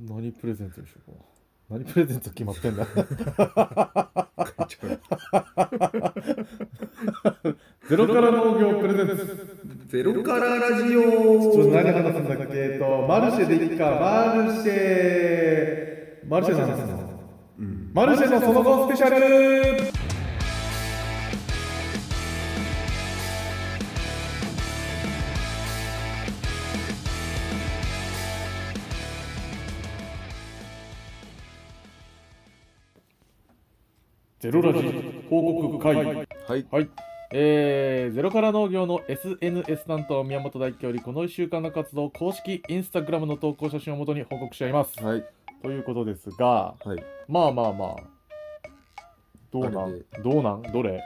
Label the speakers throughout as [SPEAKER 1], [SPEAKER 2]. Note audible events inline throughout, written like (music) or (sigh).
[SPEAKER 1] 何プレゼントにしようかな。何プレゼント決まってん (laughs) だ。
[SPEAKER 2] 会長
[SPEAKER 1] (laughs) ゼロから農業プレゼント。
[SPEAKER 2] ゼロからラジ
[SPEAKER 1] ちょっと
[SPEAKER 2] オ
[SPEAKER 1] 何話すんだっけえっと、マルシェでいいか、マルシェ。マルシェの話すのマルシェのその後スペシャルゼロラジ報告会。
[SPEAKER 2] はい
[SPEAKER 1] はい。えー、ゼロから農業の SNS 担当宮本大輝よりこの1週間の活動を公式インスタグラムの投稿写真をもとに報告し合います、
[SPEAKER 2] はい
[SPEAKER 1] ということですが
[SPEAKER 2] はい
[SPEAKER 1] まあまあまあどうな
[SPEAKER 2] あれ
[SPEAKER 1] ん
[SPEAKER 2] で
[SPEAKER 1] どうなんどれ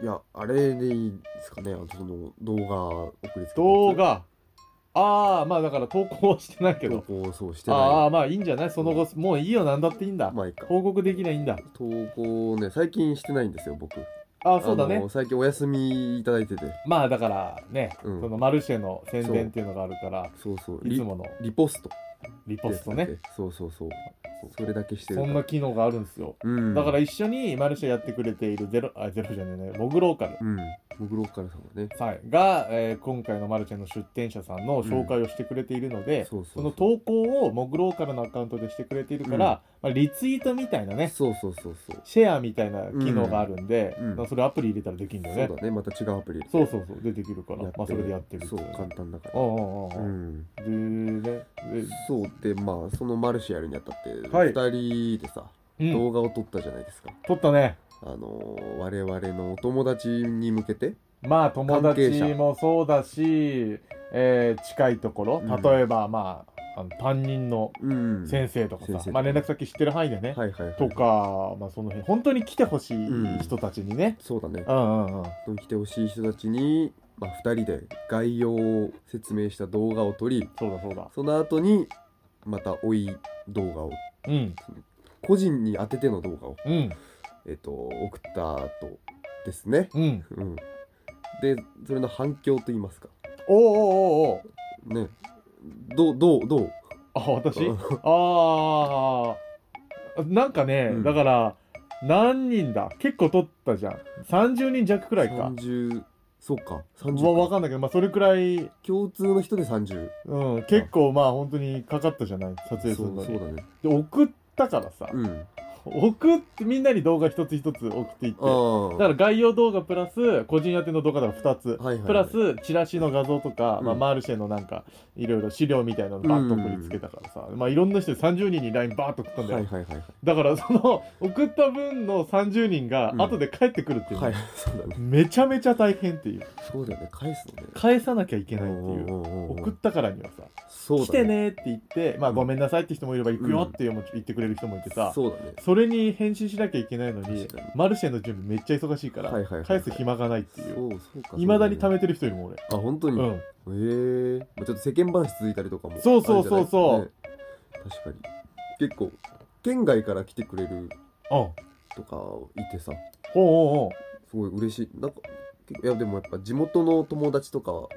[SPEAKER 2] いやあれでいいですかねあのその動画送りつけたやつ
[SPEAKER 1] 動画ああまあだから投稿はしてないけ
[SPEAKER 2] 投
[SPEAKER 1] ど
[SPEAKER 2] 稿そうして
[SPEAKER 1] あ
[SPEAKER 2] な
[SPEAKER 1] あまあいいんじゃないその後もういいよなんだっていいんだ
[SPEAKER 2] い前か
[SPEAKER 1] 報告できないんだ
[SPEAKER 2] 投稿ね最近してないんですよ僕
[SPEAKER 1] ああそうだ
[SPEAKER 2] あ
[SPEAKER 1] ね
[SPEAKER 2] の最近お休みいただいてて
[SPEAKER 1] まあだからね、
[SPEAKER 2] うん
[SPEAKER 1] そのマルシェの宣伝っていうのがあるから
[SPEAKER 2] そうそう
[SPEAKER 1] い
[SPEAKER 2] リ
[SPEAKER 1] つもの
[SPEAKER 2] リポスト
[SPEAKER 1] リポストね
[SPEAKER 2] そうそうそうそれだけしてる
[SPEAKER 1] そんな機能があるんですよ
[SPEAKER 2] うん
[SPEAKER 1] だから一緒にマルシェやってくれているゼロ、あ、ゼロじゃねえね、モグローカル。
[SPEAKER 2] うん僕ロッカルさんはね
[SPEAKER 1] はい、が、えー今回のマルシェの出店者さんの紹介をしてくれているので、
[SPEAKER 2] そうそ
[SPEAKER 1] そうの投稿をモグローカルのアカウントでしてくれているから、
[SPEAKER 2] うん
[SPEAKER 1] まあ、リツイートみたいなね
[SPEAKER 2] そうそうそうそう
[SPEAKER 1] シェアみたいな機能があるんで、
[SPEAKER 2] うんうん
[SPEAKER 1] まあそれアプリ入れたらできるんだよね
[SPEAKER 2] そうだねまた違うアプリ
[SPEAKER 1] そうそうそうでできるから、
[SPEAKER 2] やって
[SPEAKER 1] まあ、それでやってるって
[SPEAKER 2] そ
[SPEAKER 1] いう
[SPEAKER 2] 簡単だか
[SPEAKER 1] うん
[SPEAKER 2] ら
[SPEAKER 1] うんう
[SPEAKER 2] うんん
[SPEAKER 1] うんでね
[SPEAKER 2] そうでまあそのマルシェやるにあたって
[SPEAKER 1] はい
[SPEAKER 2] 2人でさ
[SPEAKER 1] で、うん、
[SPEAKER 2] 動画を撮ったじゃないですか
[SPEAKER 1] 撮ったね
[SPEAKER 2] あのー我々のお友達に向けて
[SPEAKER 1] まあ友達
[SPEAKER 2] 関係者
[SPEAKER 1] もそうだし、えー近いところ、
[SPEAKER 2] うん
[SPEAKER 1] 例えばまああの担任の
[SPEAKER 2] うん
[SPEAKER 1] 先生とかさ、
[SPEAKER 2] 先生
[SPEAKER 1] まあ、連絡先知ってる範囲でね、
[SPEAKER 2] はいはいはい
[SPEAKER 1] とか、まあ、その辺本当に来てほし
[SPEAKER 2] う
[SPEAKER 1] い
[SPEAKER 2] ん
[SPEAKER 1] 人たちにね、
[SPEAKER 2] そうだね
[SPEAKER 1] うん、うんうん
[SPEAKER 2] 来てほしい人たちに、まあ、2人で概要を説明した動画を撮り
[SPEAKER 1] そうだそうだ
[SPEAKER 2] その後にまた追い動画を
[SPEAKER 1] うん
[SPEAKER 2] 個人に当てての動画を、
[SPEAKER 1] うん
[SPEAKER 2] えっと送った後ですね、
[SPEAKER 1] うん
[SPEAKER 2] うん、でそれの反響といいますか
[SPEAKER 1] おーおーおーおー
[SPEAKER 2] ねどうどうどう
[SPEAKER 1] あ私ああなんかね、
[SPEAKER 2] うん
[SPEAKER 1] だから何人だ結構撮ったじゃん30人弱くらいか
[SPEAKER 2] 30そうか
[SPEAKER 1] わわ
[SPEAKER 2] 30
[SPEAKER 1] かんないけど、まあ、それくらい、
[SPEAKER 2] 共通の人で30
[SPEAKER 1] うん、結構まあ本当にかかったじゃない撮
[SPEAKER 2] そ
[SPEAKER 1] 影
[SPEAKER 2] う
[SPEAKER 1] するの
[SPEAKER 2] そう
[SPEAKER 1] に
[SPEAKER 2] だね
[SPEAKER 1] で送ったからさ、
[SPEAKER 2] うん
[SPEAKER 1] 送ってみんなに動画一つ一つ送っていって
[SPEAKER 2] ああ
[SPEAKER 1] だから概要動画プラス個人宛ての動画だから2つ、
[SPEAKER 2] はいはいはい
[SPEAKER 1] プラスチラシの画像とか、
[SPEAKER 2] うん
[SPEAKER 1] まあ、マルシェのなんかいろいろ資料みたいなのバッと送りつけたからさ、まあ、いろんな人で30人に LINE バーッと送ったんだよ、
[SPEAKER 2] はいはいはい
[SPEAKER 1] だからその送った分の30人が
[SPEAKER 2] うん
[SPEAKER 1] 後で帰ってくるっていう、 (laughs)
[SPEAKER 2] はいはいそうだね
[SPEAKER 1] めちゃめちゃ大変っていう
[SPEAKER 2] そうだよね返すのね
[SPEAKER 1] 返さなきゃいけないって
[SPEAKER 2] お
[SPEAKER 1] いうう
[SPEAKER 2] おうおうおう
[SPEAKER 1] 送ったからにはさ、
[SPEAKER 2] そうだ
[SPEAKER 1] 来てねって言って、まあ、ごめんなさいって人もいれば行くよっていうも言ってくれる人もいてさ、
[SPEAKER 2] そうだね
[SPEAKER 1] それに返信しなきゃいけないのに
[SPEAKER 2] 確かに
[SPEAKER 1] マルシェの準備めっちゃ忙しいから、
[SPEAKER 2] はいはいはいはい
[SPEAKER 1] 返す暇がないっていう
[SPEAKER 2] そうそうか
[SPEAKER 1] いまだに貯
[SPEAKER 2] め
[SPEAKER 1] めてる人いるもん俺
[SPEAKER 2] あ本当に、
[SPEAKER 1] う
[SPEAKER 2] へ
[SPEAKER 1] ん
[SPEAKER 2] えまあちょっと世間話続いたりとかも
[SPEAKER 1] そうそうそうそう
[SPEAKER 2] あるんじゃないね確かに結構県外から来てくれる
[SPEAKER 1] ほ
[SPEAKER 2] とかいてさ
[SPEAKER 1] うほうほ
[SPEAKER 2] すごい嬉しいなんか結構いやでもやっぱ地元の友達とかは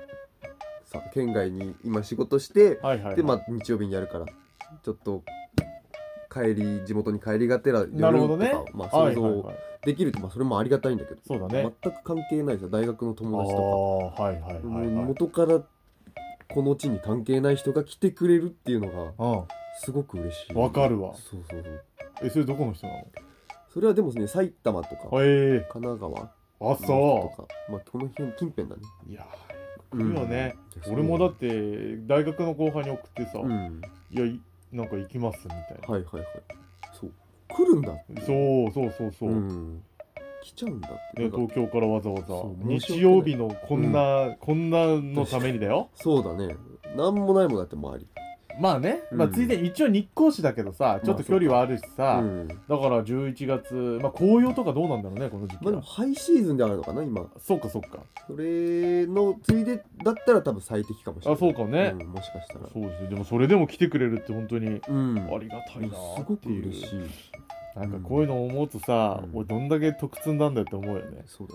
[SPEAKER 2] さ県外に今仕事して
[SPEAKER 1] うはいはいはい
[SPEAKER 2] でまあ日曜日にやるからちょっと帰り地元に帰りがてら夜とか
[SPEAKER 1] なるほどね
[SPEAKER 2] まあ
[SPEAKER 1] は
[SPEAKER 2] 想
[SPEAKER 1] いはい
[SPEAKER 2] 像
[SPEAKER 1] はい
[SPEAKER 2] できるって、まあ、それもありがたいんだけど
[SPEAKER 1] そうだね
[SPEAKER 2] 全く関係ないさ大学の
[SPEAKER 1] ああ
[SPEAKER 2] 友達と
[SPEAKER 1] ーはいはい
[SPEAKER 2] か、
[SPEAKER 1] はい
[SPEAKER 2] もう
[SPEAKER 1] はい
[SPEAKER 2] 元からこの地に関係ない人が来てくれるっていうのが
[SPEAKER 1] う
[SPEAKER 2] すごく嬉しい
[SPEAKER 1] わかるわ
[SPEAKER 2] そうそうそうん
[SPEAKER 1] えそれどこの人な
[SPEAKER 2] それはでもね埼玉とか
[SPEAKER 1] のええ
[SPEAKER 2] 神奈川
[SPEAKER 1] あ
[SPEAKER 2] と
[SPEAKER 1] そ
[SPEAKER 2] かまあこの辺近辺だね
[SPEAKER 1] ういや
[SPEAKER 2] う
[SPEAKER 1] いいよね俺もだって大学の後輩に送ってさ「
[SPEAKER 2] うん
[SPEAKER 1] いやいなんか行きます」みたいな、
[SPEAKER 2] はいはいはいそう来るんだって
[SPEAKER 1] そうそうそうそう、
[SPEAKER 2] うん来ちゃうんだって
[SPEAKER 1] ね、
[SPEAKER 2] なんか
[SPEAKER 1] 東京からわざわざ
[SPEAKER 2] そう申し
[SPEAKER 1] 日
[SPEAKER 2] 訳ない
[SPEAKER 1] 曜日のこんな、こんなのためにだよ
[SPEAKER 2] そうだねなんもないもんだって周り
[SPEAKER 1] (laughs) まあね、まあ
[SPEAKER 2] うん
[SPEAKER 1] ついでに一応日光市だけどさちょっと距離はあるしさ、
[SPEAKER 2] うん
[SPEAKER 1] だから11月、まあ、紅葉とかどうなんだろうねこの時期
[SPEAKER 2] まあで
[SPEAKER 1] は
[SPEAKER 2] もハイシーズンであるのかな今
[SPEAKER 1] そうかそうか
[SPEAKER 2] それのついでだったら多分最適かもしれない
[SPEAKER 1] あそうかもね
[SPEAKER 2] んもしかしたら
[SPEAKER 1] そうですねでもそれでも来てくれるって本当に
[SPEAKER 2] うん
[SPEAKER 1] ありがたいな
[SPEAKER 2] す
[SPEAKER 1] ー
[SPEAKER 2] ご
[SPEAKER 1] って
[SPEAKER 2] く
[SPEAKER 1] いう
[SPEAKER 2] 嬉しい
[SPEAKER 1] なんかこういうのを思うとさ、
[SPEAKER 2] うん
[SPEAKER 1] 俺どんだけ得積んだんだよって思うよね。
[SPEAKER 2] そうだ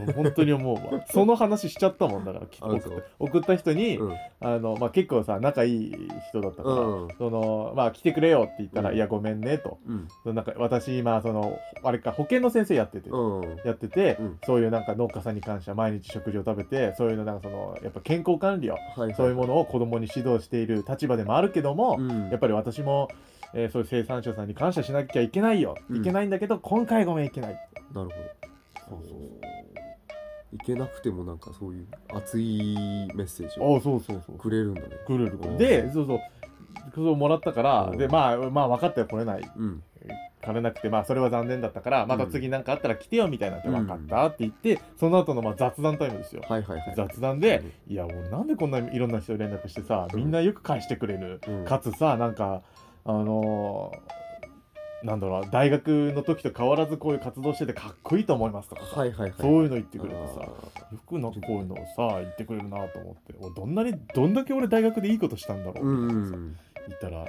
[SPEAKER 2] ね。
[SPEAKER 1] 俺本当に思う (laughs) わ。その話しちゃったもんだから、き
[SPEAKER 2] あそう
[SPEAKER 1] 送った送った人に、
[SPEAKER 2] うん。
[SPEAKER 1] あのまあ、結構さ、仲いい人だったから、 (laughs)
[SPEAKER 2] うん
[SPEAKER 1] そのまあ、来てくれよって言ったら、
[SPEAKER 2] うん
[SPEAKER 1] いや、ごめんねと。
[SPEAKER 2] うん。
[SPEAKER 1] そのなんか私、今、その、あれか、保健の先生やってて、
[SPEAKER 2] うん。
[SPEAKER 1] やってて、
[SPEAKER 2] うん
[SPEAKER 1] そういうなんか農家さんに感謝、毎日食事を食べて、そういうの、なんかその、やっぱ健康管理を、
[SPEAKER 2] はい。
[SPEAKER 1] そういうものを子供に指導している立場でもあるけども、
[SPEAKER 2] うん。
[SPEAKER 1] やっぱり私も、えーそういう生産者さんに感謝しなきゃいけないよ、
[SPEAKER 2] うん
[SPEAKER 1] いけないんだけど今回ごめんいけない
[SPEAKER 2] なる
[SPEAKER 1] そ
[SPEAKER 2] ほど。
[SPEAKER 1] うそうそう
[SPEAKER 2] いけなくてもなんかそういう熱いメッセージを
[SPEAKER 1] ああそうそうそう
[SPEAKER 2] くれるんだね。
[SPEAKER 1] くるく
[SPEAKER 2] う
[SPEAKER 1] る
[SPEAKER 2] ん
[SPEAKER 1] でそうそうそうもらったから
[SPEAKER 2] うん
[SPEAKER 1] でまあまあ分かっては来れない
[SPEAKER 2] うん。
[SPEAKER 1] かれなくてまあそれは残念だったからまた次なんかあったら来てよみたいなって
[SPEAKER 2] う
[SPEAKER 1] 分
[SPEAKER 2] ん
[SPEAKER 1] かったって言ってその後のまあ雑談タイムですよ
[SPEAKER 2] はいはいはい。
[SPEAKER 1] 雑談でいやもうなんでこんないろんな人に連絡してさみんなよく返してくれる
[SPEAKER 2] うん、
[SPEAKER 1] かつさなんかあのーなんだろう大学の時と変わらずこういう活動しててかっこいいと思いますとかさ、
[SPEAKER 2] はいはいはい。
[SPEAKER 1] そういう
[SPEAKER 2] っ
[SPEAKER 1] の言ってくれてさよくなんかこういうのをさ言ってくれるなと思って俺どんなにどんだけ俺大学でいいことしたんだろ
[SPEAKER 2] う
[SPEAKER 1] うみ
[SPEAKER 2] ん
[SPEAKER 1] た
[SPEAKER 2] う
[SPEAKER 1] いなさ、
[SPEAKER 2] ん。
[SPEAKER 1] 言ったら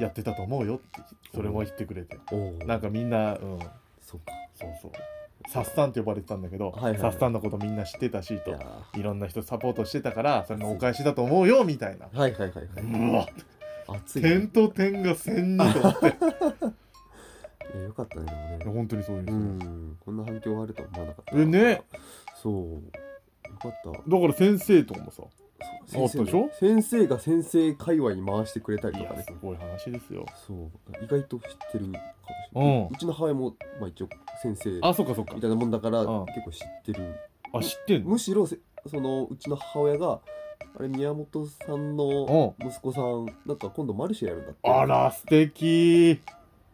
[SPEAKER 1] やってたと思うよってそれも言ってくれて、
[SPEAKER 2] おお。
[SPEAKER 1] なんかみんな、うん、
[SPEAKER 2] そうか。
[SPEAKER 1] そうそうサッサンって呼ばれてたんだけど、
[SPEAKER 2] はいはいはい
[SPEAKER 1] サッサンのことみんな知ってたし
[SPEAKER 2] い
[SPEAKER 1] と
[SPEAKER 2] や
[SPEAKER 1] いろんな人サポートしてたからそれのお返しだと思うよみたいな
[SPEAKER 2] ーはいはいはいは
[SPEAKER 1] うわ
[SPEAKER 2] い。熱いね。
[SPEAKER 1] 点と点が千人と思
[SPEAKER 2] (laughs)
[SPEAKER 1] ってい
[SPEAKER 2] いやよかったねで
[SPEAKER 1] や
[SPEAKER 2] もね。
[SPEAKER 1] 本当にそういう
[SPEAKER 2] う
[SPEAKER 1] の、
[SPEAKER 2] ん。こんな反響があるとは思わなかった。
[SPEAKER 1] えね。
[SPEAKER 2] そう。よかった。
[SPEAKER 1] だから先生とかもさ
[SPEAKER 2] そう
[SPEAKER 1] あったでしょ
[SPEAKER 2] 先生が先生界隈に回してくれたり
[SPEAKER 1] い
[SPEAKER 2] とか
[SPEAKER 1] や
[SPEAKER 2] ね
[SPEAKER 1] すごい話ですよ
[SPEAKER 2] そう意外と知ってるかもしれない、
[SPEAKER 1] うん
[SPEAKER 2] うちの母親も、まあ、一応先生
[SPEAKER 1] あそっかそっか
[SPEAKER 2] みたいなもんだから
[SPEAKER 1] うん
[SPEAKER 2] 結構知ってる
[SPEAKER 1] あ知ってんの
[SPEAKER 2] むしろせそのうちの母親があれ宮本さんの息子さんなんか今度マルシェやるんだって
[SPEAKER 1] あら素敵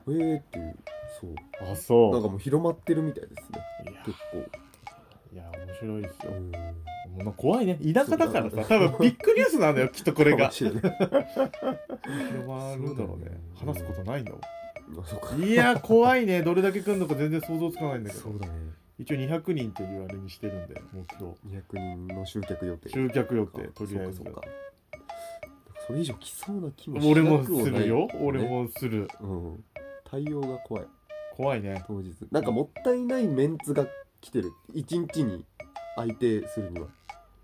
[SPEAKER 2] えーっていうそう
[SPEAKER 1] あそう
[SPEAKER 2] なんかもう広まってるみたいですね
[SPEAKER 1] いや
[SPEAKER 2] 結
[SPEAKER 1] いや面白いです
[SPEAKER 2] 構
[SPEAKER 1] よ
[SPEAKER 2] うん
[SPEAKER 1] もうな怖いね田舎だから
[SPEAKER 2] そう
[SPEAKER 1] さ多分ビッグニュースなんだよきっとこれ
[SPEAKER 2] か (laughs)
[SPEAKER 1] が
[SPEAKER 2] もしれない
[SPEAKER 1] 広まるんだろうね
[SPEAKER 2] そうだよね
[SPEAKER 1] 話すことないんだもん
[SPEAKER 2] あそうか
[SPEAKER 1] いや怖いねどれだけ来るのか全然想像つかないんだけ
[SPEAKER 2] そ
[SPEAKER 1] ど
[SPEAKER 2] うだね
[SPEAKER 1] 一応200人っていうあれにしてるんで目標
[SPEAKER 2] 200人の集客予定
[SPEAKER 1] 集客予定とりあえず
[SPEAKER 2] そうかそうかそれ以上来そうな気も
[SPEAKER 1] 俺
[SPEAKER 2] な
[SPEAKER 1] もす
[SPEAKER 2] くはない
[SPEAKER 1] るよ
[SPEAKER 2] ね
[SPEAKER 1] 俺もする
[SPEAKER 2] うん対応が怖い
[SPEAKER 1] 怖いね
[SPEAKER 2] 当日なんかもったいないメンツが来てる一日に相手するには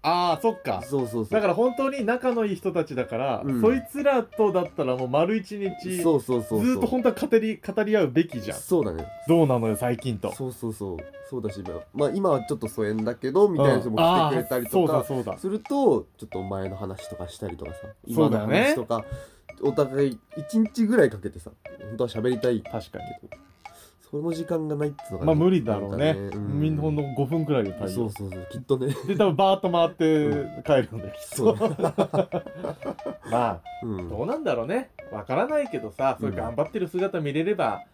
[SPEAKER 1] ああそっか
[SPEAKER 2] そうそうそう
[SPEAKER 1] だから本当に仲のいい人たちだから、
[SPEAKER 2] うん
[SPEAKER 1] そいつらとだったらもう丸一日
[SPEAKER 2] そうそうそうそう
[SPEAKER 1] ずっと本当は語り語り合うべきじゃん
[SPEAKER 2] そうだね
[SPEAKER 1] どうなのよ最近と
[SPEAKER 2] そうそうそうそうだしまあまあ今はちょっと疎遠だけどみたいな人も来てくれたりと
[SPEAKER 1] うんあー
[SPEAKER 2] か
[SPEAKER 1] そうだそうだ
[SPEAKER 2] するとちょっとお前の話とかしたりとかさ
[SPEAKER 1] そ
[SPEAKER 2] 今
[SPEAKER 1] うだ
[SPEAKER 2] の
[SPEAKER 1] よね
[SPEAKER 2] 話とかお互い一日ぐらいかけてさ本当は喋りたい
[SPEAKER 1] 確かに
[SPEAKER 2] けどその時間がないっていうのがね
[SPEAKER 1] まあ無理だろうね
[SPEAKER 2] なんかう
[SPEAKER 1] みんなほんの5分くらいで対
[SPEAKER 2] そ
[SPEAKER 1] 応
[SPEAKER 2] うそうそうきっとね
[SPEAKER 1] で多分バーッと回
[SPEAKER 2] う
[SPEAKER 1] って帰るんだよ、きっと
[SPEAKER 2] そう
[SPEAKER 1] (laughs) まあ
[SPEAKER 2] うん
[SPEAKER 1] どうなんだろうねわからないけどさそういう頑張ってる姿見れれば
[SPEAKER 2] か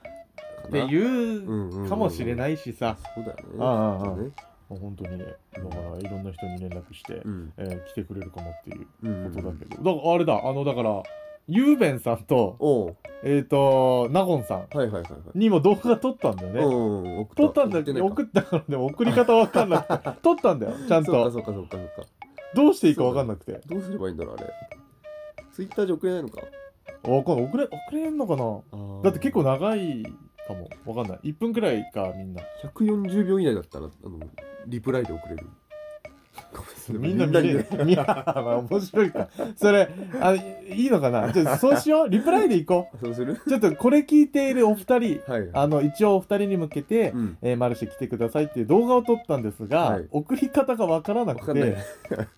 [SPEAKER 1] って
[SPEAKER 2] な
[SPEAKER 1] いう
[SPEAKER 2] うんうんうん
[SPEAKER 1] かもしれないしさ、
[SPEAKER 2] そうだよね
[SPEAKER 1] ああああ
[SPEAKER 2] きっとね
[SPEAKER 1] もう本当にねだからいろんな人に連絡して、
[SPEAKER 2] うん
[SPEAKER 1] えー来てくれるかもっていう
[SPEAKER 2] うんう
[SPEAKER 1] ことだ
[SPEAKER 2] ん
[SPEAKER 1] けど、だからあれだあのだからゆうべんさんと
[SPEAKER 2] おう
[SPEAKER 1] えっ、となごんさん
[SPEAKER 2] はいはいはいはい
[SPEAKER 1] にも動画撮ったんだよね、
[SPEAKER 2] うんうん送
[SPEAKER 1] 撮ったんだけど
[SPEAKER 2] 送
[SPEAKER 1] 送ったからでも送り方わかんなく
[SPEAKER 2] (laughs)
[SPEAKER 1] て撮ったんだよちゃん
[SPEAKER 2] そうか
[SPEAKER 1] と
[SPEAKER 2] そうかそうかそうか
[SPEAKER 1] どうしていいかわかんなくて
[SPEAKER 2] どうすればいいんだろうあれツイッターじゃ送れないのか
[SPEAKER 1] わかんない送れ送れんのかなだって結構長いかもわかんない1分くらいかみんな
[SPEAKER 2] 140秒以内だったらあのリプライで送れるごめ
[SPEAKER 1] (laughs) みんな見
[SPEAKER 2] に
[SPEAKER 1] れるいやまあ面白いかそれあいいのかなちょっとそうしようリプライでいこ
[SPEAKER 2] (laughs) そうする
[SPEAKER 1] うちょっとこれ聞いているお二人
[SPEAKER 2] はい
[SPEAKER 1] あの一応お二人に向けて、
[SPEAKER 2] うん
[SPEAKER 1] えーマルシェ来てくださいっていう動画を撮ったんですが、
[SPEAKER 2] はい
[SPEAKER 1] 送り方がわからな
[SPEAKER 2] わ
[SPEAKER 1] く
[SPEAKER 2] か
[SPEAKER 1] て
[SPEAKER 2] んない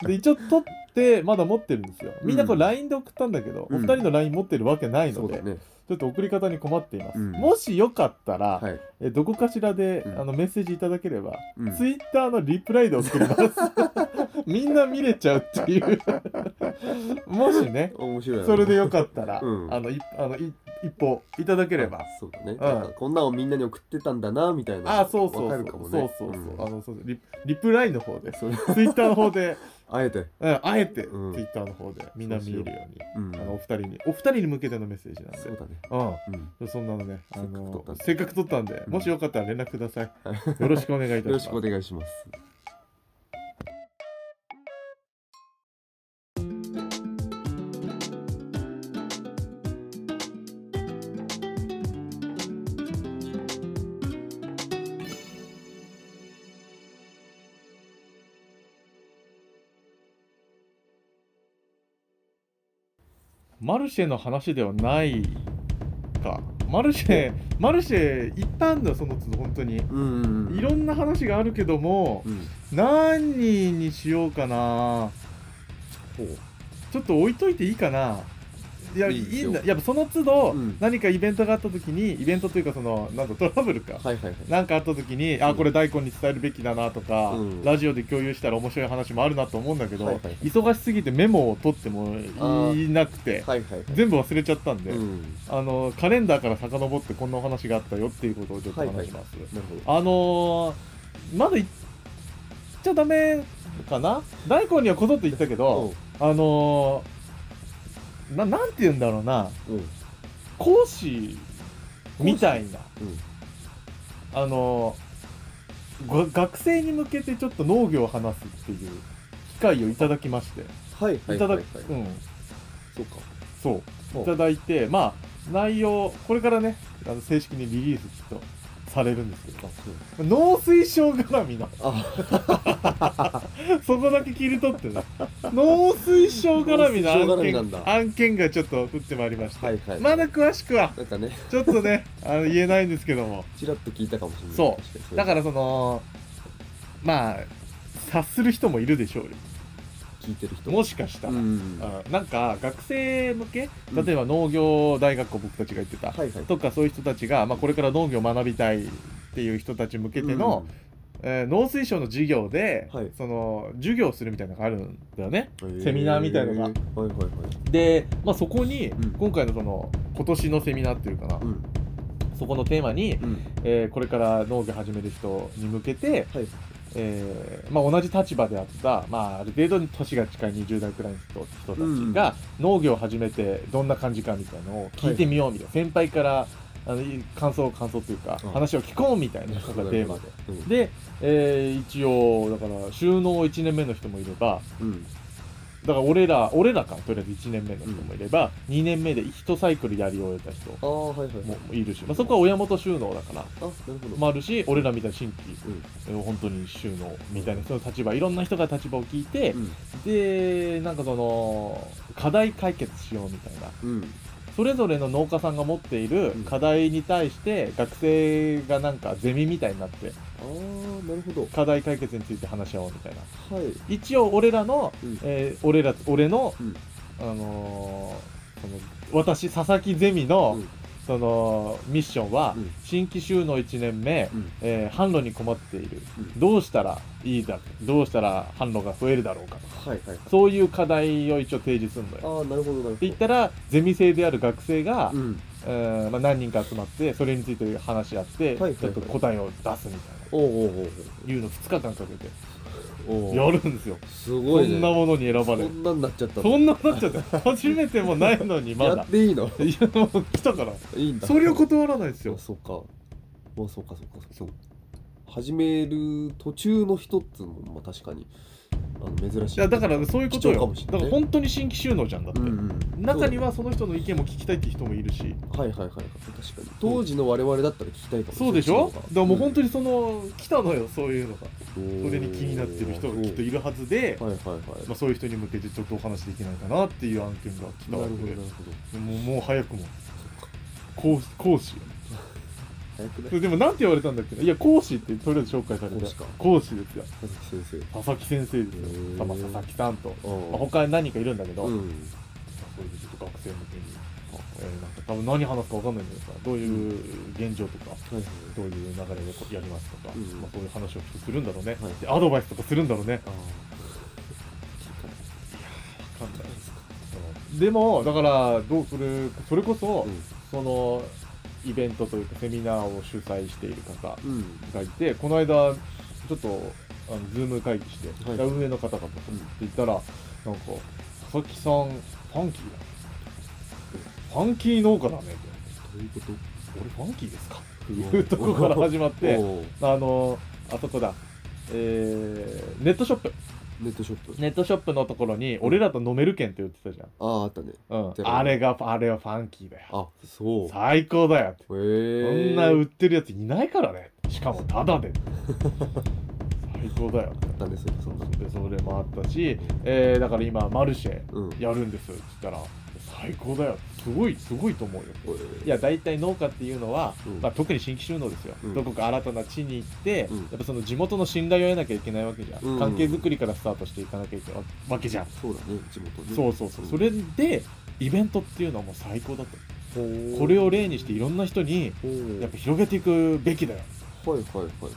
[SPEAKER 1] で一応撮ってまだ持ってるんですよみんなこ
[SPEAKER 2] うん
[SPEAKER 1] れ LINE で送ったんだけど、
[SPEAKER 2] うん
[SPEAKER 1] お二人の LINE 持ってるわけない
[SPEAKER 2] そ
[SPEAKER 1] の
[SPEAKER 2] う
[SPEAKER 1] で、
[SPEAKER 2] だね
[SPEAKER 1] ちょっと送り方に困っています、
[SPEAKER 2] うん
[SPEAKER 1] もしよかったら、
[SPEAKER 2] はい
[SPEAKER 1] えーどこかしらで、
[SPEAKER 2] うん
[SPEAKER 1] あのメッセージいただければ、
[SPEAKER 2] うん
[SPEAKER 1] ツイッターのリプライで送り
[SPEAKER 2] (laughs)
[SPEAKER 1] ますみんな見れちゃうっていうもしね
[SPEAKER 2] 面白いな
[SPEAKER 1] それでよかったら、
[SPEAKER 2] うん
[SPEAKER 1] あのいあのい一歩いただければ
[SPEAKER 2] あそうだね
[SPEAKER 1] ん
[SPEAKER 2] なんかこんなをみんなに送ってたんだなみたいな
[SPEAKER 1] あそうそうそ
[SPEAKER 2] わか
[SPEAKER 1] う
[SPEAKER 2] るかも
[SPEAKER 1] そ
[SPEAKER 2] ね
[SPEAKER 1] うそうそう、
[SPEAKER 2] ん
[SPEAKER 1] あのそうリリプライの方で
[SPEAKER 2] それ
[SPEAKER 1] ツイッターの方で、
[SPEAKER 2] あえて
[SPEAKER 1] うん、あえてツイ
[SPEAKER 2] うん
[SPEAKER 1] ッターの方でみんな見えるように、
[SPEAKER 2] うん
[SPEAKER 1] あのお二人にお二人に向けてのメッセージなんで
[SPEAKER 2] そうだね
[SPEAKER 1] うん
[SPEAKER 2] うん
[SPEAKER 1] そんなのね、あの
[SPEAKER 2] せ
[SPEAKER 1] せっかく撮ったんで、
[SPEAKER 2] うん
[SPEAKER 1] もしよかったら連絡くだ
[SPEAKER 2] (laughs)
[SPEAKER 1] さい。よろしくお願いいたします。
[SPEAKER 2] よろしくお願いします
[SPEAKER 1] マルシェの話ではないかマルシェマルシェ行ったんだよその都度本当に
[SPEAKER 2] うんうんうん
[SPEAKER 1] いろんな話があるけども
[SPEAKER 2] うん
[SPEAKER 1] 何にしようかな
[SPEAKER 2] ほう
[SPEAKER 1] ちょっと置いといていいかないや
[SPEAKER 2] い
[SPEAKER 1] い
[SPEAKER 2] い
[SPEAKER 1] い
[SPEAKER 2] ですよ
[SPEAKER 1] んだやっぱその都度
[SPEAKER 2] うん
[SPEAKER 1] 何かイベントがあった時にイベントというかそのなんだトラブルか
[SPEAKER 2] はいはいはい
[SPEAKER 1] なんかあった時に、
[SPEAKER 2] う
[SPEAKER 1] あ
[SPEAKER 2] ん
[SPEAKER 1] これ大根に伝えるべきだなとか、
[SPEAKER 2] うん
[SPEAKER 1] ラジオで共有したら面白い話もあるなと思うんだけど、
[SPEAKER 2] はいはいはい
[SPEAKER 1] 忙しすぎてメモを取っても
[SPEAKER 2] あー
[SPEAKER 1] いなくて、
[SPEAKER 2] はいはいはい
[SPEAKER 1] 全部忘れちゃったんで、
[SPEAKER 2] うん
[SPEAKER 1] あのカレンダーから遡ってこんなお話があったよっていうことをちょっと
[SPEAKER 2] はいは
[SPEAKER 1] 話
[SPEAKER 2] い
[SPEAKER 1] します、
[SPEAKER 2] なるほど
[SPEAKER 1] あのー、まだ言っちゃダメかな大根にはこぞって言ったけど、あのー、ななんて言うんだろうな
[SPEAKER 2] うんうん
[SPEAKER 1] 講師みたいなあのご学生に向けてちょっと農業を話すっていう機会をいただきまして、
[SPEAKER 2] はいはいい
[SPEAKER 1] た
[SPEAKER 2] は
[SPEAKER 1] だ
[SPEAKER 2] い
[SPEAKER 1] く
[SPEAKER 2] はい
[SPEAKER 1] うん、
[SPEAKER 2] そうか
[SPEAKER 1] そう
[SPEAKER 2] ほ
[SPEAKER 1] いた
[SPEAKER 2] う
[SPEAKER 1] だいてまあ内容これからねあの正式にリリースきっとされるんですけど農水省絡みの
[SPEAKER 2] あ
[SPEAKER 1] (laughs) そこだけ切り取って
[SPEAKER 2] (laughs)
[SPEAKER 1] ね農水省絡みの
[SPEAKER 2] 農水省
[SPEAKER 1] 案
[SPEAKER 2] 絡みなん
[SPEAKER 1] 件
[SPEAKER 2] だ
[SPEAKER 1] 案件がちょっと降ってまいりまして、
[SPEAKER 2] はいはい
[SPEAKER 1] まだ詳しくは
[SPEAKER 2] なんかね
[SPEAKER 1] ちょっとねあの言えないんですけども
[SPEAKER 2] ちらっと聞いたかもしれない
[SPEAKER 1] そう
[SPEAKER 2] 確に
[SPEAKER 1] だからそのまあ察する人もいるでしょうよ
[SPEAKER 2] 聞いてる人
[SPEAKER 1] もしかした
[SPEAKER 2] う
[SPEAKER 1] ら、
[SPEAKER 2] んは
[SPEAKER 1] あなんか学生向け
[SPEAKER 2] うん
[SPEAKER 1] 例えば農業大学校僕たちが行ってた、
[SPEAKER 2] いはい受
[SPEAKER 1] とかそういう人たちが、まあ、これから農業を学びたいっていう人たち向けての、えー農水省の授業で、
[SPEAKER 2] はい
[SPEAKER 1] その授業をするみたいなのがあるんだよね。セミナーみたいのが
[SPEAKER 2] はいはいはい
[SPEAKER 1] で、まあ、そこに、
[SPEAKER 2] うん
[SPEAKER 1] 今回のその今年のセミナーっていうかな、
[SPEAKER 2] うん
[SPEAKER 1] そこのテーマに、
[SPEAKER 2] うん
[SPEAKER 1] えーこれから農業始める人に向けて、
[SPEAKER 2] はい
[SPEAKER 1] えーまあ、同じ立場であった、まあ、ある程度に年が近い20代くらいの人人たちが農業を始めてどんな感じかみたいなのを聞いてみようみたいな、先輩からあのい感想感想というか
[SPEAKER 2] うん
[SPEAKER 1] 話を聞こうみたいなのがテーマで。
[SPEAKER 2] うん
[SPEAKER 1] で、えー一応だから収納1年目の人もいれば
[SPEAKER 2] うん
[SPEAKER 1] だから俺ら俺らかとりあえず1年目の人もいれば、2年目で1サイクルやり終えた人
[SPEAKER 2] ああはいはいはい
[SPEAKER 1] もいるし、まあ、そこは親元収納だから
[SPEAKER 2] あなるほど
[SPEAKER 1] もあるし俺らみたいな新規、
[SPEAKER 2] うん
[SPEAKER 1] えー本当に収納みたいな人の立場いろんな人が立場を聞いて、
[SPEAKER 2] うん
[SPEAKER 1] でなんかその課題解決しようみたいな
[SPEAKER 2] うん
[SPEAKER 1] それぞれの農家さんが持っている
[SPEAKER 2] うん
[SPEAKER 1] 課題に対して学生がなんかゼミみたいになって
[SPEAKER 2] ああなるほど
[SPEAKER 1] 課題解決について話し合おうみたいな
[SPEAKER 2] はい
[SPEAKER 1] 一応俺らの、
[SPEAKER 2] うん
[SPEAKER 1] えー俺ら俺の、
[SPEAKER 2] うん
[SPEAKER 1] あのーその私佐々木ゼミの、
[SPEAKER 2] うん
[SPEAKER 1] そのミッションは、
[SPEAKER 2] うん
[SPEAKER 1] 新規収納1年目、
[SPEAKER 2] うん
[SPEAKER 1] えー販路に困っている、
[SPEAKER 2] うん
[SPEAKER 1] どうしたらいいだどうしたら販路が増えるだろうか
[SPEAKER 2] はいはいはい
[SPEAKER 1] そういう課題を一応提示するのよ。っ
[SPEAKER 2] ああなるほどなるほど
[SPEAKER 1] て言ったらゼミ生である学生が、
[SPEAKER 2] うん
[SPEAKER 1] えーまあ、何人か集まってそれについて話し合って、
[SPEAKER 2] いはいはい
[SPEAKER 1] ちょっと答えを出すみたいな。
[SPEAKER 2] おうおうおう
[SPEAKER 1] いうの2日間かけて
[SPEAKER 2] おうおう
[SPEAKER 1] やるんですよ、
[SPEAKER 2] すごい
[SPEAKER 1] そ
[SPEAKER 2] ね
[SPEAKER 1] んなものに選ばれ
[SPEAKER 2] そ
[SPEAKER 1] る
[SPEAKER 2] んなになっちゃったの
[SPEAKER 1] そんななっちゃった初めてもないのにま
[SPEAKER 2] や
[SPEAKER 1] だ
[SPEAKER 2] っていいの
[SPEAKER 1] いやもう来たから
[SPEAKER 2] いいんだ
[SPEAKER 1] それを断らないですよ
[SPEAKER 2] あそうかまあそうかそうかそうか始める途中の人っつうのも、まあ、確かにあの珍しい
[SPEAKER 1] いやだからそういうこと
[SPEAKER 2] 貴重か
[SPEAKER 1] よ
[SPEAKER 2] もしれ
[SPEAKER 1] だ
[SPEAKER 2] ない
[SPEAKER 1] から
[SPEAKER 2] ね
[SPEAKER 1] 本当に新規収納じゃんだって、
[SPEAKER 2] うんうん
[SPEAKER 1] 中にはその人の意見も聞きたいって人もいるし
[SPEAKER 2] そうだはいはいはい確かに当時の我々だったら聞きたいかもし
[SPEAKER 1] そう
[SPEAKER 2] れない
[SPEAKER 1] でしょだからもう本当
[SPEAKER 2] に
[SPEAKER 1] にその来たのよそういうのがそ
[SPEAKER 2] そ
[SPEAKER 1] れに気になってる人がきっといるはずで、
[SPEAKER 2] はいはいはい、
[SPEAKER 1] まあ、そういう人に向けてちょっとお話できないかなっていう案件が来た
[SPEAKER 2] な
[SPEAKER 1] わ
[SPEAKER 2] るほどな
[SPEAKER 1] け
[SPEAKER 2] る
[SPEAKER 1] で
[SPEAKER 2] ほど
[SPEAKER 1] もうもう早くも
[SPEAKER 2] そっか
[SPEAKER 1] 講師講師よ
[SPEAKER 2] 早くない
[SPEAKER 1] でもなんて言われたんだっけないや講師ってとりあえず紹介され
[SPEAKER 2] 講
[SPEAKER 1] て
[SPEAKER 2] 師か
[SPEAKER 1] 講師ですよ
[SPEAKER 2] 佐々木先生
[SPEAKER 1] 佐々木先生です
[SPEAKER 2] へー
[SPEAKER 1] よ、まあ、佐々木さんと、
[SPEAKER 2] あ
[SPEAKER 1] まあ、他に何かいるんだけど、
[SPEAKER 2] う
[SPEAKER 1] まあ
[SPEAKER 2] ん
[SPEAKER 1] それでちょっと学生向けに、えーなんか多分何話すか分かんないんだけどさどういう現状とか、
[SPEAKER 2] はいはい
[SPEAKER 1] どういう流れでこうやりますとか、
[SPEAKER 2] うん
[SPEAKER 1] まあ、そういう話をきっとするんだろうね、
[SPEAKER 2] はい
[SPEAKER 1] でアドバイスとかするんだろうね
[SPEAKER 2] ああ
[SPEAKER 1] 分かんないでもだからどうするそれこそ、そのイベントというかセミナーを主催している方
[SPEAKER 2] うんうん
[SPEAKER 1] がいてこの間ちょっとあのズーム会議して、
[SPEAKER 2] はい
[SPEAKER 1] 運営の方々とって
[SPEAKER 2] うん
[SPEAKER 1] 言ったらなんか佐々木さんファンキーだねファンキー農家だねって
[SPEAKER 2] どういうこと
[SPEAKER 1] 俺ファンキーですかって
[SPEAKER 2] う
[SPEAKER 1] (laughs)
[SPEAKER 2] ん
[SPEAKER 1] いうとこから始ま (laughs) って
[SPEAKER 2] おう
[SPEAKER 1] あのあそこだえーネットショップ
[SPEAKER 2] ネットショップ
[SPEAKER 1] ネットショップのところに俺らと飲める券って言ってたじゃん、
[SPEAKER 2] あああったね
[SPEAKER 1] うん
[SPEAKER 2] ゼ、ロ
[SPEAKER 1] あれがあれはファンキーだよ
[SPEAKER 2] あそう
[SPEAKER 1] 最高だよって
[SPEAKER 2] へえ
[SPEAKER 1] こんな売ってるやついないからねしかもタダで最最高だよ
[SPEAKER 2] あったんですよそんなの
[SPEAKER 1] でそれもあったし、えーだから今マルシェ
[SPEAKER 2] うん
[SPEAKER 1] やるんですよって言ったら最高だよすごいすごいと思うよ
[SPEAKER 2] おい
[SPEAKER 1] いや大体農家っていうのは、
[SPEAKER 2] うん
[SPEAKER 1] まあ、特に新規収納ですよ、
[SPEAKER 2] うん
[SPEAKER 1] どこか新たな地に行って、
[SPEAKER 2] うん
[SPEAKER 1] やっぱその地元の信頼を得なきゃいけないわけじゃん、
[SPEAKER 2] うん
[SPEAKER 1] 関係づくりからスタートしていかなきゃいけないわけじゃん、
[SPEAKER 2] そうだね地元ね
[SPEAKER 1] そうそうそう、
[SPEAKER 2] うん
[SPEAKER 1] それでイベントっていうのはもう最高だと、
[SPEAKER 2] ほう
[SPEAKER 1] これを例にしていろんな人に
[SPEAKER 2] ほう
[SPEAKER 1] やっぱ広げていくべきだよ
[SPEAKER 2] はいはいはいはい
[SPEAKER 1] も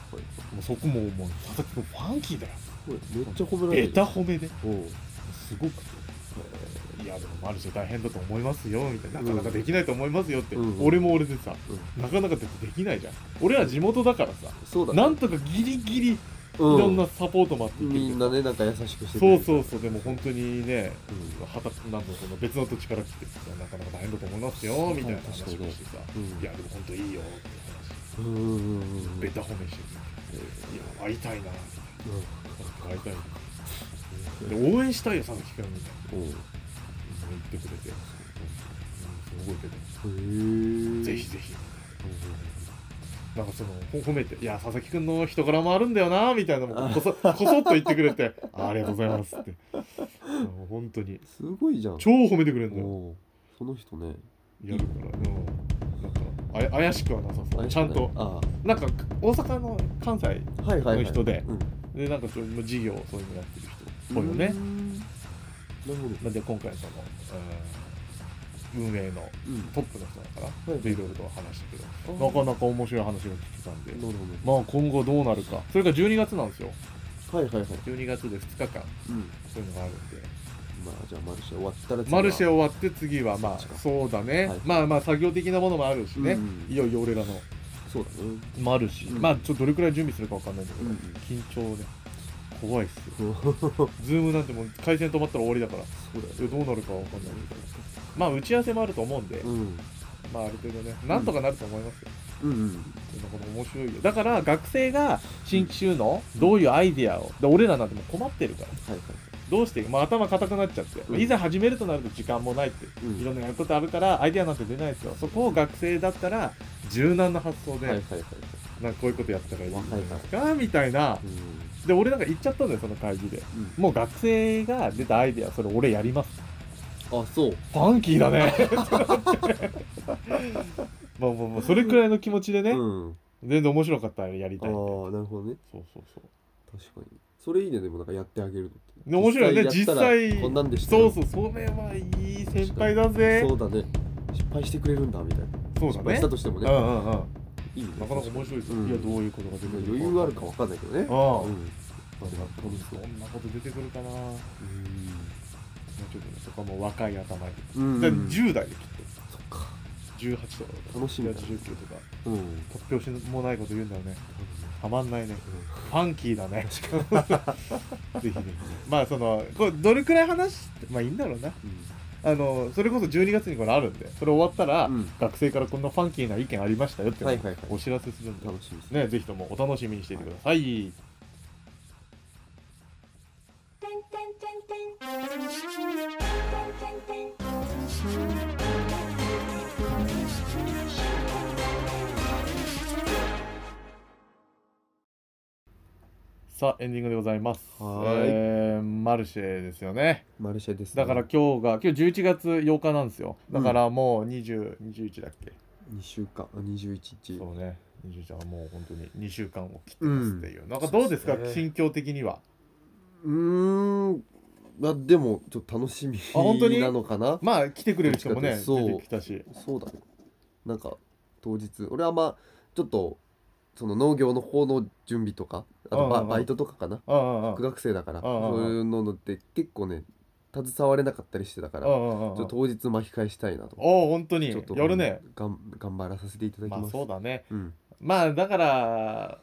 [SPEAKER 1] うそこももう佐々木君ファンキーだよ
[SPEAKER 2] これめっちゃ褒められ
[SPEAKER 1] ベ
[SPEAKER 2] てる
[SPEAKER 1] タ褒めです
[SPEAKER 2] ごくて
[SPEAKER 1] いやでもマルシェ大変だと思いますよみたいななかなかできないと思いますよって、
[SPEAKER 2] うん
[SPEAKER 1] 俺も俺でさ
[SPEAKER 2] うん
[SPEAKER 1] なかなかだってできないじゃん俺は地元だからさ
[SPEAKER 2] そうだね
[SPEAKER 1] なんとかギリギリい
[SPEAKER 2] うん
[SPEAKER 1] ろんなサポートもあっていけ
[SPEAKER 2] み
[SPEAKER 1] る
[SPEAKER 2] んなねなんか優しくしてくれ
[SPEAKER 1] そう
[SPEAKER 2] る
[SPEAKER 1] そうそうでも本当にね
[SPEAKER 2] う
[SPEAKER 1] はたなんかその別の土地から来てなかなか大変だと思いますよみたいな話をしてさ
[SPEAKER 2] んうん
[SPEAKER 1] いやでも本当いいよって話
[SPEAKER 2] うんうんうんうん
[SPEAKER 1] ベタ褒めしてるいや会いたいな会いたいなで応援したいよ佐々木君みたいな
[SPEAKER 2] うんうん
[SPEAKER 1] 言ってくれてうんすごいけど
[SPEAKER 2] へえ
[SPEAKER 1] ぜひぜひなんかそのほ褒めて「いや佐々木君の人柄もあるんだよな」みたいなのもこそこそっと言ってくれて「あありがとうございます」ってもう本当に
[SPEAKER 2] すごいじゃん
[SPEAKER 1] 超褒めてくれるんだよ
[SPEAKER 2] おうその人ね
[SPEAKER 1] やるからうんなんかあや怪しくはなさそうちゃんと
[SPEAKER 2] あ
[SPEAKER 1] なんか大阪の関西
[SPEAKER 2] あはいはいはい
[SPEAKER 1] の人で
[SPEAKER 2] うん
[SPEAKER 1] でなんかそういう事業そういうのやってる人多いよね
[SPEAKER 2] うんなるほど
[SPEAKER 1] なんで今回その、うん運営の
[SPEAKER 2] うん
[SPEAKER 1] トップの人だから
[SPEAKER 2] はい
[SPEAKER 1] でいろいろと話したけど
[SPEAKER 2] あ
[SPEAKER 1] な
[SPEAKER 2] ー
[SPEAKER 1] かなか面白い話が聞けたんで
[SPEAKER 2] なるほど
[SPEAKER 1] まあ今後どうなるかそれが12月なんですよ
[SPEAKER 2] はいはいはい
[SPEAKER 1] 12月で2日間
[SPEAKER 2] うん
[SPEAKER 1] そういうのがあるんで
[SPEAKER 2] まあじゃあマルシェ終わったら
[SPEAKER 1] マルシェ
[SPEAKER 2] を
[SPEAKER 1] 終わって次はま
[SPEAKER 2] そっち
[SPEAKER 1] あ
[SPEAKER 2] か
[SPEAKER 1] そうだね、
[SPEAKER 2] はい
[SPEAKER 1] まあまあ作業的なものもあるしね、
[SPEAKER 2] うん
[SPEAKER 1] いよいよ俺らの
[SPEAKER 2] そうだね (laughs)
[SPEAKER 1] もあるし、
[SPEAKER 2] うん
[SPEAKER 1] まあちょっとどれくらい準備するかわかんないんだけど、
[SPEAKER 2] うん
[SPEAKER 1] 緊張で怖いっすよ
[SPEAKER 2] うんそう
[SPEAKER 1] ズームなんてもう回線止まったら終わりだからい
[SPEAKER 2] だよ
[SPEAKER 1] やどうなるかわかんないけどまあ打ち合わせもあると思うんで、
[SPEAKER 2] うん
[SPEAKER 1] まあある程度ねなんとかなると思いますよ、
[SPEAKER 2] うんうん
[SPEAKER 1] なんかこの面白いよだから学生が新規収納どういうアイディアをで俺らなんてもう困ってるから
[SPEAKER 2] はいはい
[SPEAKER 1] どうしていい、まあ、頭固くなっちゃって、
[SPEAKER 2] うん
[SPEAKER 1] いざ始めるとなると時間もないって、
[SPEAKER 2] うん
[SPEAKER 1] いろんなやることあるからアイデアなんて出ないですよそこを学生だったら柔軟な発想で、
[SPEAKER 2] はいはいはいはい
[SPEAKER 1] なんかこういうことやったらいいんじゃないですか、みたいな
[SPEAKER 2] うん
[SPEAKER 1] で俺なんか言っちゃったんだよその会議で
[SPEAKER 2] うん
[SPEAKER 1] もう学生が出たアイデアそれ俺やります
[SPEAKER 2] あそう
[SPEAKER 1] ファンキーだね (laughs) まあまあまあそれくらいの気持ちでね、
[SPEAKER 2] うん
[SPEAKER 1] 全然面白かったらやり
[SPEAKER 2] あ
[SPEAKER 1] た
[SPEAKER 2] あ
[SPEAKER 1] いそう
[SPEAKER 2] なるほどね
[SPEAKER 1] そうそう
[SPEAKER 2] 確かにそれいいねでもなんかやってあげ
[SPEAKER 1] ね
[SPEAKER 2] るの
[SPEAKER 1] 面白いよね
[SPEAKER 2] やったら
[SPEAKER 1] 実際
[SPEAKER 2] こんなんでした
[SPEAKER 1] そう
[SPEAKER 2] よ
[SPEAKER 1] そうそれはいい先輩だぜ
[SPEAKER 2] そうだね失敗してくれるんだみたいな
[SPEAKER 1] そう
[SPEAKER 2] 失
[SPEAKER 1] だ
[SPEAKER 2] 敗
[SPEAKER 1] ね
[SPEAKER 2] したとしても
[SPEAKER 1] うん
[SPEAKER 2] ね
[SPEAKER 1] うんうん
[SPEAKER 2] いいね
[SPEAKER 1] なかなか面白いですよ、
[SPEAKER 2] うん
[SPEAKER 1] いやどういうことが出てくる
[SPEAKER 2] 余裕あるかわ
[SPEAKER 1] わ
[SPEAKER 2] かんないけどね
[SPEAKER 1] ああ
[SPEAKER 2] う
[SPEAKER 1] ど
[SPEAKER 2] ん
[SPEAKER 1] んなこと出てくるかなもうちょっとねそこはもう若い頭に、
[SPEAKER 2] うん
[SPEAKER 1] だ
[SPEAKER 2] う
[SPEAKER 1] から
[SPEAKER 2] ん
[SPEAKER 1] 10代できっ
[SPEAKER 2] そっか
[SPEAKER 1] と18とかだから
[SPEAKER 2] 楽しみだ
[SPEAKER 1] 18 19とか
[SPEAKER 2] うん
[SPEAKER 1] 突拍子もないこと言うんだよねたまんないねファンキーだねぜひぜひまあそのこれどれくらい話してまあいいんだろうなあのそれこそ12月にこれあるんでそれ終わったら、
[SPEAKER 2] うん
[SPEAKER 1] 学生からこんなファンキーな意見ありましたよっていうのを
[SPEAKER 2] はいはいはい
[SPEAKER 1] お知らせするんで、
[SPEAKER 2] 楽しみです
[SPEAKER 1] ね、ぜひともお楽しみにしていてくださいさあエンディングでございます。
[SPEAKER 2] はーい
[SPEAKER 1] えーマルシェですよね。
[SPEAKER 2] マルシェですね
[SPEAKER 1] だから今日が今日11月8日なんですよ。だからもう20、21だっけ。
[SPEAKER 2] 2週間あ21日
[SPEAKER 1] そうね。21はもう本当に2週間を切ってますっていう。なんかどうですか
[SPEAKER 2] そうですね
[SPEAKER 1] 心境的には。
[SPEAKER 2] うーんまあでもちょっと楽しみ
[SPEAKER 1] 本当に
[SPEAKER 2] なのかな
[SPEAKER 1] まあ来てくれる人もね
[SPEAKER 2] そう
[SPEAKER 1] 出てきたし。
[SPEAKER 2] そうだねなんか当日俺はまあちょっとその農業の方の準備とかあ
[SPEAKER 1] う
[SPEAKER 2] と
[SPEAKER 1] んうん
[SPEAKER 2] バ
[SPEAKER 1] うん
[SPEAKER 2] バイトとかかな
[SPEAKER 1] ああああ
[SPEAKER 2] 副学生だから
[SPEAKER 1] うんうんうん
[SPEAKER 2] そういうのって結構ね携われなかったりしてたから
[SPEAKER 1] あ
[SPEAKER 2] ち
[SPEAKER 1] あ
[SPEAKER 2] ょ
[SPEAKER 1] ああああ
[SPEAKER 2] っと当日巻き返したいなと
[SPEAKER 1] おお本当に
[SPEAKER 2] ちょっと
[SPEAKER 1] やるね。
[SPEAKER 2] がん頑張らさせていただき
[SPEAKER 1] ま
[SPEAKER 2] ま
[SPEAKER 1] あ
[SPEAKER 2] す
[SPEAKER 1] そうだね。
[SPEAKER 2] うん
[SPEAKER 1] まあだから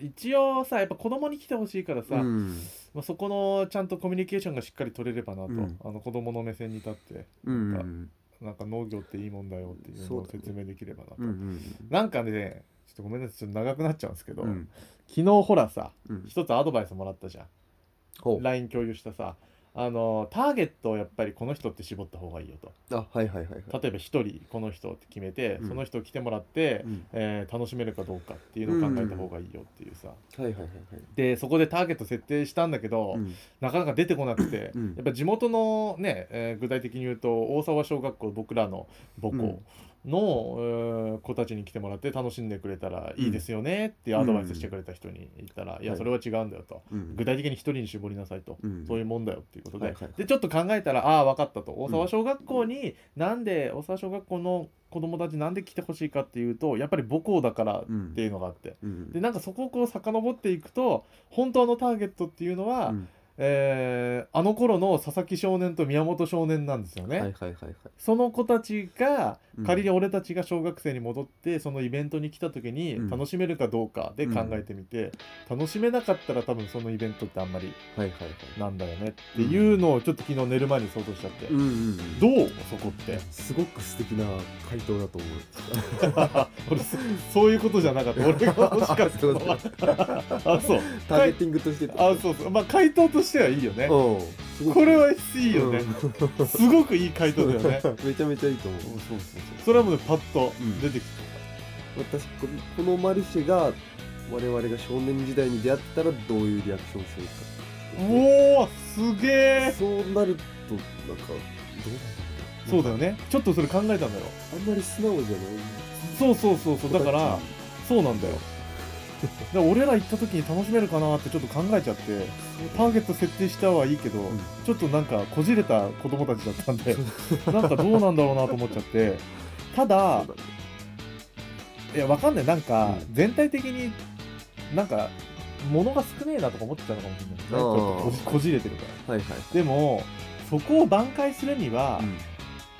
[SPEAKER 1] 一応さやっぱ子供に来てほしいからさ、
[SPEAKER 2] うん
[SPEAKER 1] まあ、そこのちゃんとコミュニケーションがしっかり取れればなと、
[SPEAKER 2] うん
[SPEAKER 1] あの子供の目線に立って
[SPEAKER 2] うん
[SPEAKER 1] な
[SPEAKER 2] うん
[SPEAKER 1] か
[SPEAKER 2] ん
[SPEAKER 1] なんか農業っていいもんだよっていうの
[SPEAKER 2] そう
[SPEAKER 1] を
[SPEAKER 2] だね
[SPEAKER 1] 説明できればなと、
[SPEAKER 2] うんうん
[SPEAKER 1] なんかねちょっとごめんなさいちょっと長くなっちゃうんですけど、
[SPEAKER 2] うん
[SPEAKER 1] 昨日ほらさ
[SPEAKER 2] うん
[SPEAKER 1] 一つアドバイスもらったじゃん
[SPEAKER 2] ほう
[SPEAKER 1] LINE 共有したさあのターゲットをやっぱりこの人って絞った方がいいよと
[SPEAKER 2] あはいはいはいはい
[SPEAKER 1] 例えば1人この人って決めて、
[SPEAKER 2] うん
[SPEAKER 1] その人来てもらって、
[SPEAKER 2] うん
[SPEAKER 1] えー楽しめるかどうかっていうのを考えた方がいいよっていうさ、
[SPEAKER 2] はいはいはいはい
[SPEAKER 1] でそこでターゲット設定したんだけど、
[SPEAKER 2] うん
[SPEAKER 1] なかなか出てこなくて、
[SPEAKER 2] うん
[SPEAKER 1] やっぱ地元のね、えー具体的に言うと大沢小学校僕らの母校の、えー子たちに来てもらって楽しんでくれたらいいですよねっていうアドバイスしてくれた人に言ったら、いや
[SPEAKER 2] はい
[SPEAKER 1] それは違うんだよと、
[SPEAKER 2] うん
[SPEAKER 1] 具体的に一人に絞りなさいと。
[SPEAKER 2] うん
[SPEAKER 1] そういうもんだよっていうことで、
[SPEAKER 2] はいはいはい
[SPEAKER 1] でちょっと考えたらああ分かったと大沢小学校になんで大沢小学校の子供たちなんで来てほしいかっていうとやっぱり母校だからっていうのがあって、
[SPEAKER 2] うん
[SPEAKER 1] でなんかそこをこう遡っていくと本当のターゲットっていうのは、
[SPEAKER 2] うん
[SPEAKER 1] えーあの頃の佐々木少年と宮本少年なんですよね。
[SPEAKER 2] はいはいはいはい
[SPEAKER 1] その子たちが
[SPEAKER 2] うん
[SPEAKER 1] 仮に俺たちが小学生に戻ってそのイベントに来た時
[SPEAKER 2] うん
[SPEAKER 1] に楽しめるかどうかで考えてみて、楽しめなかったら多分そのイベントってあんまり
[SPEAKER 2] はいはいはい
[SPEAKER 1] なんだよねっていうのをちょっと昨日寝る前に想像しちゃって、
[SPEAKER 2] うんうんうん
[SPEAKER 1] どうそこって
[SPEAKER 2] すごく素敵な回答だと思う
[SPEAKER 1] 俺そそういうことじゃなかった俺が欲しかったのはあそう
[SPEAKER 2] ターゲティングとして
[SPEAKER 1] あそうそうまあ回答としてはいいよね
[SPEAKER 2] うんすごく
[SPEAKER 1] これはいいよね、
[SPEAKER 2] うん
[SPEAKER 1] すごくいい回答だよね
[SPEAKER 2] めちゃめちゃいいと思う
[SPEAKER 1] そうそうそれはもうねパッと
[SPEAKER 2] うん
[SPEAKER 1] 出てき
[SPEAKER 2] 私ここのマルシェが我々が少年時代に出会ったらどういうリアクションするか
[SPEAKER 1] た、おおすげえ
[SPEAKER 2] そうなるとなんかどう
[SPEAKER 1] そう
[SPEAKER 2] なんだろう
[SPEAKER 1] だよねちょっとそれ考えたんだよ
[SPEAKER 2] あんまり素直じゃない
[SPEAKER 1] そうそうそうそうだからそうなんだよで俺ら行った時に楽しめるかなってちょっと考えちゃってターゲット設定したはいいけど、
[SPEAKER 2] ん
[SPEAKER 1] ちょっとなんかこじれた子供たちだったんでなんかどうなんだろうなと思っちゃってただ
[SPEAKER 2] そうだね
[SPEAKER 1] いやわかんないなんか
[SPEAKER 2] う
[SPEAKER 1] 全体的になんか物が少ねえなとか思ってたのかもしれないですね
[SPEAKER 2] あー
[SPEAKER 1] こうやってこじこじれてるから
[SPEAKER 2] はいはいはい
[SPEAKER 1] でもそこを挽回するには、
[SPEAKER 2] うん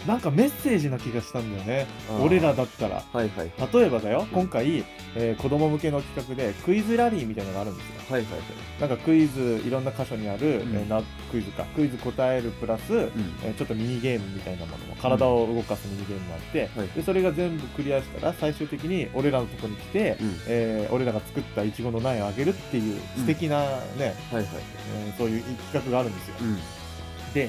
[SPEAKER 1] なんかメッセージな気がしたんだよね
[SPEAKER 2] あー
[SPEAKER 1] 俺らだったら
[SPEAKER 2] はいはいはい
[SPEAKER 1] 例えばだよ今回、えー子供向けの企画でクイズラリーみたいなのがあるんですよ
[SPEAKER 2] はいはいはい
[SPEAKER 1] なんかクイズいろんな箇所にある、
[SPEAKER 2] うん
[SPEAKER 1] えーなクイズかクイズ答えるプラス、
[SPEAKER 2] うん
[SPEAKER 1] えーちょっとミニゲームみたいなものも体を動かすミニゲームもあって、
[SPEAKER 2] はい
[SPEAKER 1] でそれが全部クリアしたら最終的に俺らのとこに来て、
[SPEAKER 2] うん
[SPEAKER 1] えー俺らが作ったいちごの苗をあげるっていう素敵なね、
[SPEAKER 2] はいはいはい
[SPEAKER 1] えーそういう企画があるんですよ、
[SPEAKER 2] うん
[SPEAKER 1] で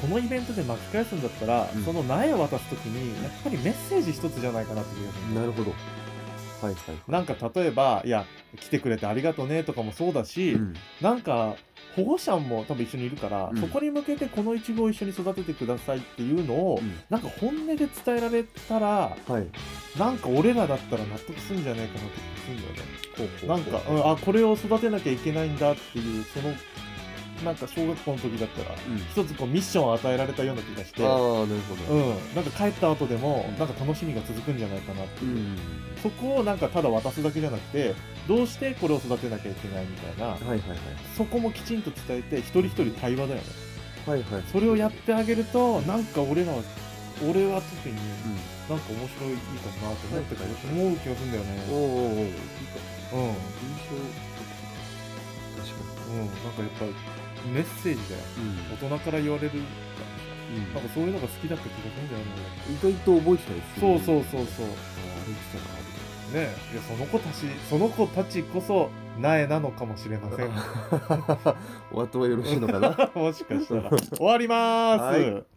[SPEAKER 1] このイベントで巻き返すんだったら、
[SPEAKER 2] うん
[SPEAKER 1] その苗を渡す時にやっぱりメッセージ一つじゃないかなって気がするんだよ
[SPEAKER 2] なるほどはいはいは
[SPEAKER 1] なんか例えば「いや来てくれてありがとうね」とかもそうだし、
[SPEAKER 2] いうん
[SPEAKER 1] なんか保護者も多分一緒にいるから、
[SPEAKER 2] うん
[SPEAKER 1] そこに向けてこのイチゴを一緒に育ててくださいっていうのを、
[SPEAKER 2] うん
[SPEAKER 1] なんか本音で伝えられたら
[SPEAKER 2] はい
[SPEAKER 1] なんか俺らだったら納得するんじゃないかなって気がするんだよね
[SPEAKER 2] ほうほうほう
[SPEAKER 1] なんか、うん、あこれを育てなきゃいけないんだっていうそのなんか小学校の時だったら
[SPEAKER 2] うん
[SPEAKER 1] 一つこうミッションを与えられたような気がして、う
[SPEAKER 2] ああなるほど
[SPEAKER 1] ん、なんか帰った後でも
[SPEAKER 2] うん
[SPEAKER 1] なんか楽しみが続くんじゃないかなって
[SPEAKER 2] う
[SPEAKER 1] い
[SPEAKER 2] ん
[SPEAKER 1] う、そこをなんかただ渡すだけじゃなくてどうしてこれを育てなきゃいけないみたいな
[SPEAKER 2] はいはいはい
[SPEAKER 1] そこもきちんと伝えて一人一人対話だよね
[SPEAKER 2] はいはい
[SPEAKER 1] それをやってあげるとなんか俺らは俺は特に
[SPEAKER 2] うん
[SPEAKER 1] なんか面白いかなと思ってた思う気がするんだよ
[SPEAKER 2] お
[SPEAKER 1] ね
[SPEAKER 2] おおおいいか
[SPEAKER 1] うんうん
[SPEAKER 2] 印象確
[SPEAKER 1] なん
[SPEAKER 2] か
[SPEAKER 1] かやっぱメッセージだよ
[SPEAKER 2] に、
[SPEAKER 1] 大人から言われる
[SPEAKER 2] うん
[SPEAKER 1] なんかそういうのが好きだった気がするんだよね
[SPEAKER 2] 意外と覚えてたりする
[SPEAKER 1] そ
[SPEAKER 2] よ
[SPEAKER 1] う
[SPEAKER 2] ね
[SPEAKER 1] そうそうそう
[SPEAKER 2] あーあれ来たなみたいな
[SPEAKER 1] ねえいやその子たちその子たちこそ苗なのかもしれ
[SPEAKER 2] (laughs)
[SPEAKER 1] ません
[SPEAKER 2] お後はよろしいのかな
[SPEAKER 1] もしかしたら終わりまーす、
[SPEAKER 2] はい